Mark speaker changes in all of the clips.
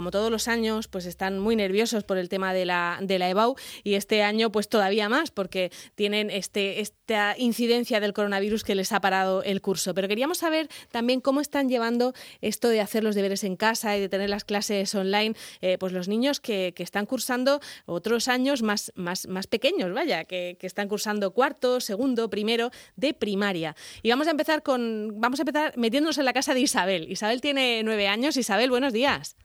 Speaker 1: como todos los años, pues están muy nerviosos por el tema de la, de la EBAU y este año pues todavía más porque tienen este, esta incidencia del coronavirus que les ha parado el curso. Pero queríamos saber también cómo están llevando esto de hacer los deberes en casa y de tener las clases online, eh, pues los niños que, que, están cursando otros años más, más, más pequeños, vaya, que, que están cursando cuarto, segundo, primero de primaria. Y vamos a empezar con, vamos a empezar metiéndonos en la casa de Isabel. Isabel tiene nueve años. Isabel, buenos días.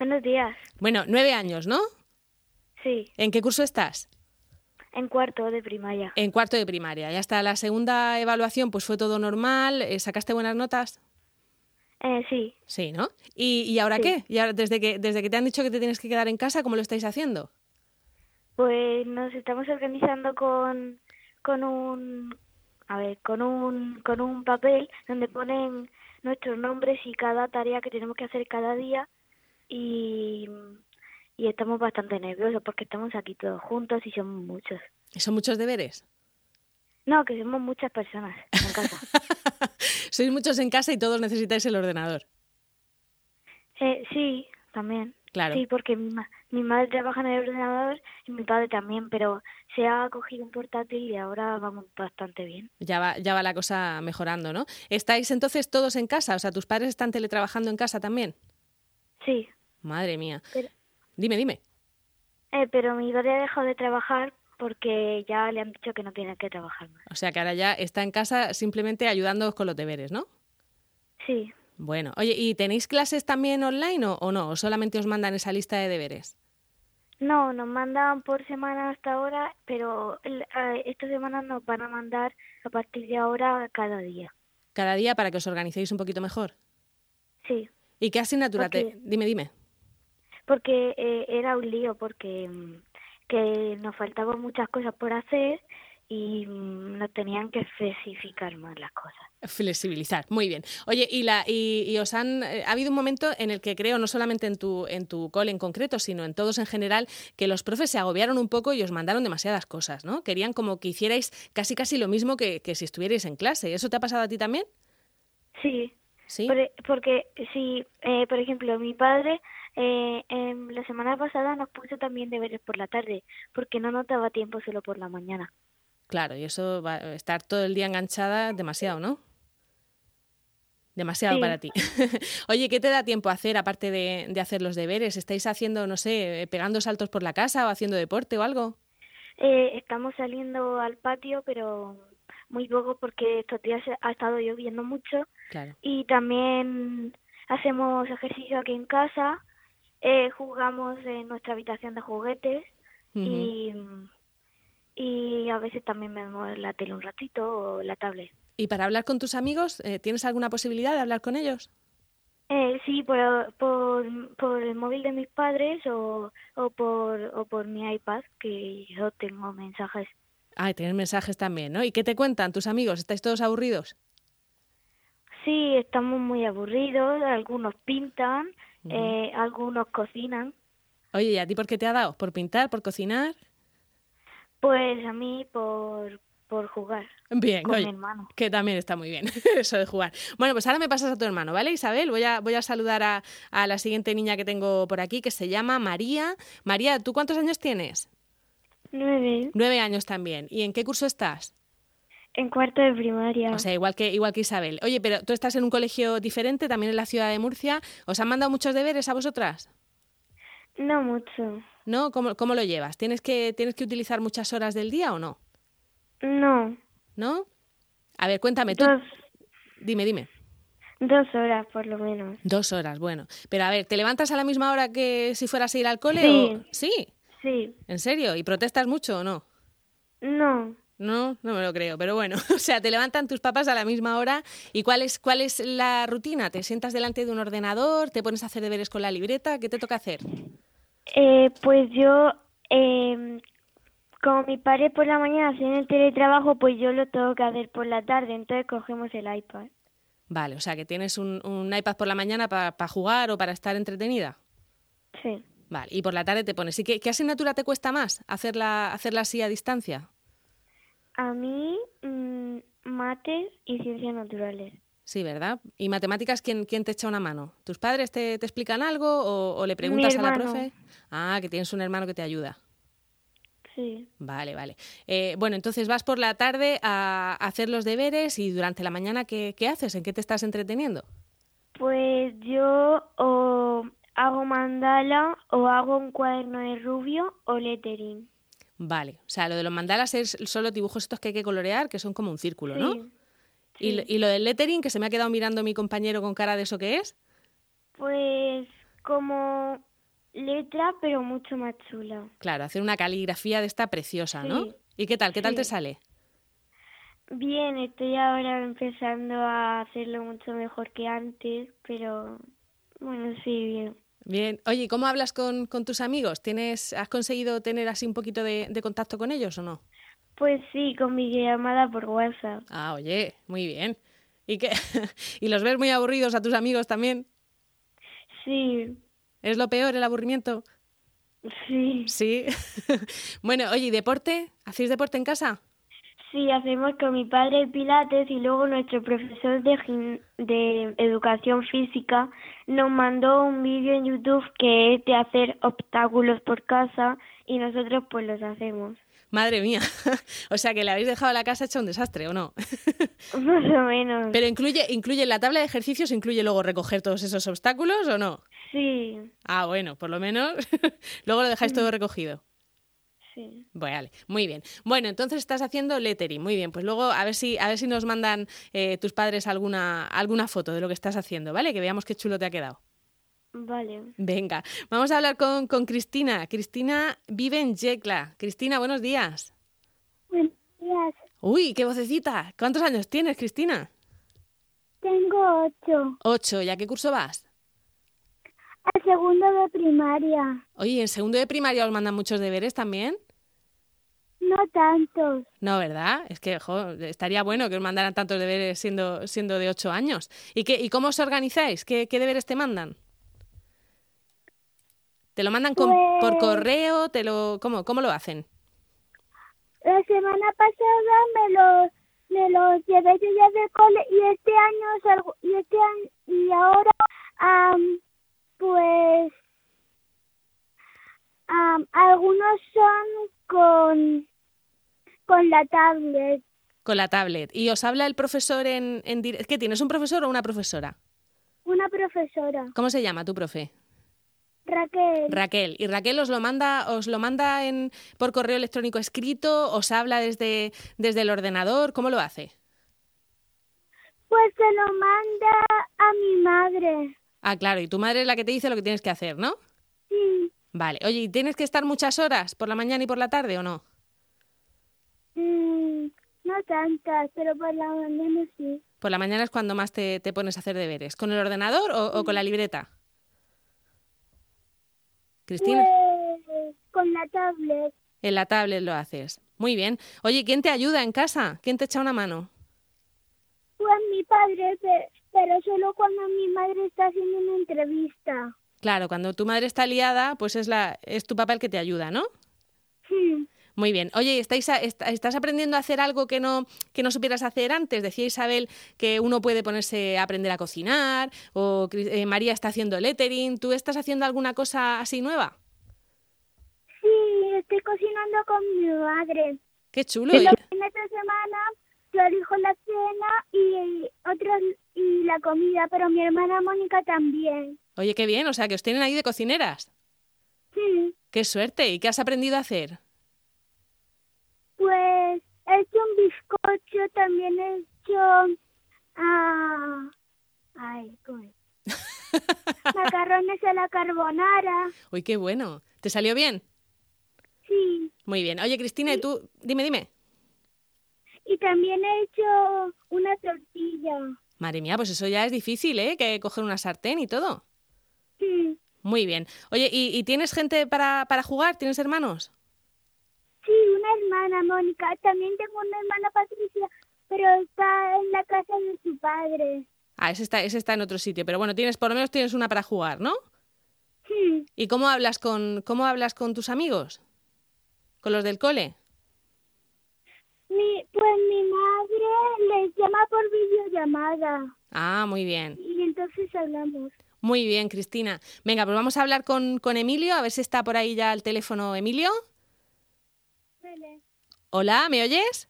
Speaker 2: Buenos días.
Speaker 1: Bueno, nueve años, ¿no?
Speaker 2: Sí.
Speaker 1: ¿En qué curso estás?
Speaker 2: En cuarto de primaria.
Speaker 1: En cuarto de primaria. Y hasta la segunda evaluación, pues fue todo normal. Eh, ¿Sacaste buenas notas?
Speaker 2: Eh, sí.
Speaker 1: Sí, ¿no? ¿Y, y ahora sí. qué? ¿Y ahora, desde, que, desde que te han dicho que te tienes que quedar en casa, ¿cómo lo estáis haciendo?
Speaker 2: Pues nos estamos organizando con, con un a ver, con un, con un papel donde ponen nuestros nombres y cada tarea que tenemos que hacer cada día y, y estamos bastante nerviosos porque estamos aquí todos juntos y somos muchos.
Speaker 1: ¿Y son muchos deberes?
Speaker 2: No, que somos muchas personas en casa.
Speaker 1: Sois muchos en casa y todos necesitáis el ordenador.
Speaker 2: Eh, sí, también.
Speaker 1: Claro.
Speaker 2: Sí, porque mi, ma mi madre trabaja en el ordenador y mi padre también, pero se ha cogido un portátil y ahora vamos bastante bien.
Speaker 1: Ya va, ya va la cosa mejorando, ¿no? ¿Estáis entonces todos en casa? O sea, ¿tus padres están teletrabajando en casa también?
Speaker 2: Sí.
Speaker 1: Madre mía.
Speaker 2: Pero,
Speaker 1: dime, dime.
Speaker 2: Eh, pero mi padre ha dejado de trabajar porque ya le han dicho que no tiene que trabajar más.
Speaker 1: O sea, que ahora ya está en casa simplemente ayudándoos con los deberes, ¿no?
Speaker 2: Sí.
Speaker 1: Bueno, oye, ¿y tenéis clases también online o, o, no? ¿O solamente os mandan esa lista de deberes?
Speaker 2: No, nos mandan por semana hasta ahora, pero eh, esta semana nos van a mandar a partir de ahora cada día.
Speaker 1: ¿Cada día para que os organicéis un poquito mejor?
Speaker 2: Sí.
Speaker 1: ¿Y qué asignatura porque, te...? Dime, dime.
Speaker 2: Porque eh, era un lío, porque mm, que nos faltaban muchas cosas por hacer y nos tenían que especificar más las cosas.
Speaker 1: Flexibilizar, muy bien. Oye, y, la, y, y os han, eh, ha habido un momento en el que creo, no solamente en tu, en tu cole en concreto, sino en todos en general, que los profes se agobiaron un poco y os mandaron demasiadas cosas, ¿no? Querían como que hicierais casi casi lo mismo que, que si estuvierais en clase. ¿Eso te ha pasado a ti también?
Speaker 2: Sí.
Speaker 1: ¿Sí?
Speaker 2: Porque, porque sí, eh, por ejemplo, mi padre eh, la semana pasada nos puso también deberes por la tarde, porque no nos daba tiempo solo por la mañana.
Speaker 1: Claro, y eso va a estar todo el día enganchada demasiado, ¿no? demasiado sí. para ti. Oye, ¿qué te da tiempo a hacer aparte de, de, hacer los deberes? ¿Estáis haciendo, no sé, eh, pegando saltos por la casa o haciendo deporte o algo?
Speaker 2: Eh, estamos saliendo al patio, pero muy poco porque estos días ha estado lloviendo mucho.
Speaker 1: Claro.
Speaker 2: Y también hacemos ejercicio aquí en casa, eh, jugamos en nuestra habitación de juguetes uh -huh. y, y a veces también vemos la tele un ratito o la tablet.
Speaker 1: ¿Y para hablar con tus amigos, eh, tienes alguna posibilidad de hablar con ellos?
Speaker 2: Eh, sí, por, por, por, el móvil de mis padres o, o, por, o por mi iPad, que yo tengo mensajes.
Speaker 1: Ah, tienes mensajes también, ¿no? ¿Y qué te cuentan tus amigos? ¿Estáis todos aburridos?
Speaker 2: Sí, estamos muy aburridos. Algunos pintan, uh -huh. eh, algunos cocinan.
Speaker 1: Oye, ¿y a ti por qué te ha dado? ¿Por pintar, por cocinar?
Speaker 2: Pues a mí por, por jugar.
Speaker 1: Bien,
Speaker 2: con
Speaker 1: oye,
Speaker 2: mi hermano.
Speaker 1: Que también está muy bien eso de jugar. Bueno, pues ahora me pasas a tu hermano, ¿vale, Isabel? Voy a, voy a saludar a, a, la siguiente niña que tengo por aquí, que se llama María. María, ¿tú cuántos años tienes?
Speaker 3: Nueve.
Speaker 1: Nueve años también. ¿Y en qué curso estás?
Speaker 3: En cuarto de primaria.
Speaker 1: O sea, igual que, igual que Isabel. Oye, pero tú estás en un colegio diferente, también en la ciudad de Murcia. ¿Os han mandado muchos deberes a vosotras?
Speaker 3: No mucho.
Speaker 1: ¿No? ¿Cómo, cómo lo llevas? ¿Tienes que, ¿Tienes que utilizar muchas horas del día o no?
Speaker 3: No.
Speaker 1: ¿No? A ver, cuéntame tú.
Speaker 3: Dos,
Speaker 1: dime, dime.
Speaker 3: Dos horas, por lo menos.
Speaker 1: Dos horas, bueno. Pero a ver, ¿te levantas a la misma hora que si fueras a ir al cole?
Speaker 3: Sí.
Speaker 1: O... ¿Sí?
Speaker 3: Sí.
Speaker 1: ¿En serio? ¿Y protestas mucho o no?
Speaker 3: No.
Speaker 1: No, no me lo creo, pero bueno, o sea, te levantan tus papás a la misma hora y ¿cuál es, cuál es la rutina? ¿Te sientas delante de un ordenador? ¿Te pones a hacer deberes con la libreta? ¿Qué te toca hacer?
Speaker 3: Eh, pues yo eh como mi padre por la mañana hace el teletrabajo, pues yo lo tengo que hacer por la tarde, entonces cogemos el iPad.
Speaker 1: Vale, o sea que tienes un, un iPad por la mañana para pa jugar o para estar entretenida.
Speaker 3: Sí.
Speaker 1: Vale, y por la tarde te pones. ¿Y qué, qué asignatura te cuesta más hacerla, hacerla así a distancia?
Speaker 3: A mí, mmm, mates y mm, ciencias naturales.
Speaker 1: Sí, ¿verdad? ¿Y matemáticas quién, quién te echa una mano? ¿Tus padres te, te explican algo o, o le preguntas a la
Speaker 3: hermano.
Speaker 1: profe? Ah, que tienes un hermano que te ayuda.
Speaker 3: Sí.
Speaker 1: Vale, vale. Eh, bueno, entonces vas por la tarde a hacer los deberes y durante la mañana, ¿qué, qué haces? ¿En qué te estás entreteniendo?
Speaker 3: Pues yo o hago mandala o hago un cuaderno de rubio o lettering.
Speaker 1: Vale, o sea, lo de los mandalas es solo dibujos estos que hay que colorear, que son como un círculo, ¿no?
Speaker 3: Sí.
Speaker 1: Y, lo- y lo del lettering, que se me ha quedado mirando mi compañero con cara de eso que es.
Speaker 3: Pues como letra, pero mucho más chula.
Speaker 1: Claro, hacer una caligrafía de esta preciosa, ¿no?
Speaker 3: Sí.
Speaker 1: ¿Y qué tal? ¿Qué tal te
Speaker 3: Sí.
Speaker 1: sale?
Speaker 3: Bien, estoy ahora empezando a hacerlo mucho mejor que antes, pero bueno, sí, bien.
Speaker 1: Bien. Oye, ¿y ¿cómo hablas con, con tus amigos? ¿Tienes, ¿Has conseguido tener así un poquito de, de contacto con ellos o no?
Speaker 3: Pues sí, con videollamada por WhatsApp.
Speaker 1: Ah, oye, muy bien. ¿Y, qué? ¿Y los ves muy aburridos a tus amigos también?
Speaker 3: Sí,
Speaker 1: ¿Es lo peor el aburrimiento?
Speaker 3: sí.
Speaker 1: Sí. bueno, oye, ¿y deporte? ¿Hacéis deporte en casa?
Speaker 3: Sí, hacemos con mi padre el Pilates y luego nuestro profesor de, gim- de educación física nos mandó un vídeo en YouTube que es de hacer obstáculos por casa y nosotros pues los hacemos.
Speaker 1: Madre mía. o sea, que le habéis dejado la casa hecha un desastre, ¿o no?
Speaker 3: Más o menos.
Speaker 1: Pero incluye, incluye en la tabla de ejercicios, incluye luego recoger todos esos obstáculos o no?
Speaker 3: Sí,
Speaker 1: Ah, bueno, por lo menos luego lo dejáis todo recogido.
Speaker 3: sí.
Speaker 1: Vale, muy bien. Bueno, entonces estás haciendo lettering, muy bien. Pues luego a ver si, a ver si nos mandan eh, tus padres alguna, alguna foto de lo que estás haciendo, ¿vale? Que veamos qué chulo te ha quedado.
Speaker 3: Vale.
Speaker 1: Venga, vamos a hablar con, con Cristina. Cristina vive en Yecla. Cristina, buenos días.
Speaker 2: Buenos días,
Speaker 1: Uy, qué vocecita. ¿Cuántos años tienes, Cristina?
Speaker 2: tengo ocho.
Speaker 1: Ocho. ¿Y a qué curso vas?
Speaker 2: Al segundo de primaria.
Speaker 1: Oye, ¿en segundo de primaria os mandan muchos deberes también?
Speaker 2: No tantos.
Speaker 1: No, ¿verdad? Es que jo, estaría bueno que os mandaran tantos deberes siendo, siendo de ocho años. ¿Y, qué, ¿Y cómo os organizáis? ¿Qué, qué deberes te mandan? ¿Te lo mandan con- por
Speaker 2: Pues-
Speaker 1: correo? ¿Te lo, cómo, ¿Cómo lo hacen?
Speaker 2: La semana pasada me los me los llevé yo ya del cole y este año salgo y este año, y ahora am, pues am, algunos son con con la tablet
Speaker 1: Con la tablet. ¿Y os habla el profesor en, en directo? ¿Qué tienes? ¿Un profesor o una profesora?
Speaker 2: una profesora
Speaker 1: ¿Cómo se llama tu profe?
Speaker 2: Raquel
Speaker 1: Raquel. ¿Y Raquel os lo manda, os lo manda en, por correo electrónico escrito? ¿Os habla desde, desde el ordenador? ¿Cómo lo hace?
Speaker 2: pues se lo manda a mi madre
Speaker 1: Ah, claro. Y tu madre es la que te dice lo que tienes que hacer, ¿no?
Speaker 2: sí
Speaker 1: Vale, oye, ¿y tienes que estar muchas horas por la mañana y por la tarde o no?
Speaker 2: mm, no tantas pero por la mañana sí
Speaker 1: Por la mañana es cuando más te, te pones a hacer deberes. ¿Con el ordenador o, o con la libreta? Cristina,
Speaker 2: Pues, con la tablet
Speaker 1: en la tablet lo haces. Muy bien. Oye, ¿quién te ayuda en casa? ¿Quién te echa una mano?
Speaker 2: Pues mi padre, pe- pero solo cuando mi madre está haciendo una entrevista.
Speaker 1: Claro, cuando tu madre está liada, pues es, la, es tu papá el que te ayuda, ¿no?
Speaker 2: Sí,
Speaker 1: Muy bien. Oye, ¿estáis a- est- ¿estás aprendiendo a hacer algo que no, que no supieras hacer antes? Decía Isabel que uno puede ponerse a aprender a cocinar, o Cris- eh, María está haciendo lettering. ¿Tú estás haciendo alguna cosa así nueva?
Speaker 2: sí, estoy cocinando con mi madre.
Speaker 1: Qué chulo.
Speaker 2: Y
Speaker 1: ¿eh?
Speaker 2: los fines de semana yo elijo la cena y otros y la comida, pero mi hermana Mónica también.
Speaker 1: Oye, qué bien. O sea, que os tienen ahí de cocineras.
Speaker 2: Sí,
Speaker 1: Qué suerte. ¿Y qué has aprendido a hacer?
Speaker 2: pues he hecho un bizcocho, también he hecho... ah, ay, ¿cómo es? Macarrones a la carbonara,
Speaker 1: Uy, qué bueno. ¿Te salió bien?
Speaker 2: sí.
Speaker 1: Muy bien. Oye, Cristina, ¿y tú? Dime, dime.
Speaker 2: Y también he hecho una tortilla.
Speaker 1: Madre mía, pues eso ya es difícil, ¿eh? Que coger una sartén y todo.
Speaker 2: Sí,
Speaker 1: Muy bien. Oye, ¿y, y tienes gente para, para jugar? ¿Tienes hermanos?
Speaker 2: sí, una hermana, Mónica. También tengo una hermana, Patricia, pero está en la casa de su padre.
Speaker 1: Ah, ese está, ese está en otro sitio, pero bueno, tienes, por lo menos tienes una para jugar, ¿no?
Speaker 2: Sí,
Speaker 1: ¿Y cómo hablas con, cómo hablas con tus amigos? ¿Con los del cole?
Speaker 2: mi,
Speaker 4: Pues mi madre les llama por videollamada.
Speaker 1: Ah, muy bien.
Speaker 4: Y entonces hablamos.
Speaker 1: Muy bien, Cristina. Venga, pues vamos a hablar con, con Emilio, a ver si está por ahí ya el teléfono, Emilio.
Speaker 4: Vale.
Speaker 1: Hola, ¿me oyes?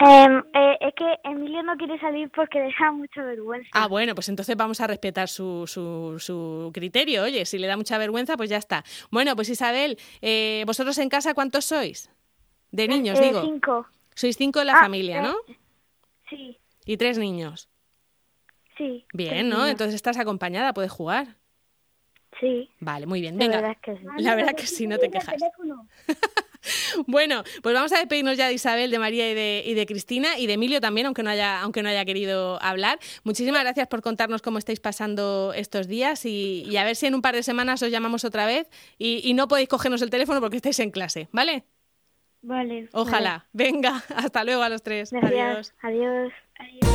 Speaker 2: Em, eh, es que Emilio no quiere salir porque deja mucha vergüenza.
Speaker 1: Ah, bueno, pues entonces vamos a respetar su, su, su criterio. Oye, si le da mucha vergüenza, pues ya está. Bueno, pues Isabel, eh, vosotros en casa, ¿cuántos sois? De niños,
Speaker 2: Eh,
Speaker 1: digo.
Speaker 2: Cinco.
Speaker 1: Sois cinco en la
Speaker 2: Ah,
Speaker 1: familia, ¿no?
Speaker 2: eh, Sí,
Speaker 1: Y tres niños.
Speaker 2: sí.
Speaker 1: Bien, ¿no?
Speaker 2: Cristina.
Speaker 1: Entonces estás acompañada, puedes jugar.
Speaker 2: Sí,
Speaker 1: Vale, muy bien.
Speaker 2: la verdad
Speaker 1: Venga.
Speaker 2: es que sí.
Speaker 1: La verdad que sí, no te quejas. Bueno, pues vamos a despedirnos ya de Isabel, de María y de, y de Cristina y de Emilio también, aunque no haya, aunque no haya querido hablar. Muchísimas gracias por contarnos cómo estáis pasando estos días y, y a ver si en un par de semanas os llamamos otra vez y, y no podéis cogernos el teléfono porque estáis en clase, ¿vale?
Speaker 3: Vale.
Speaker 1: Ojalá. Venga, hasta luego a los tres.
Speaker 2: Gracias.
Speaker 1: Adiós.
Speaker 2: Adiós. Adiós.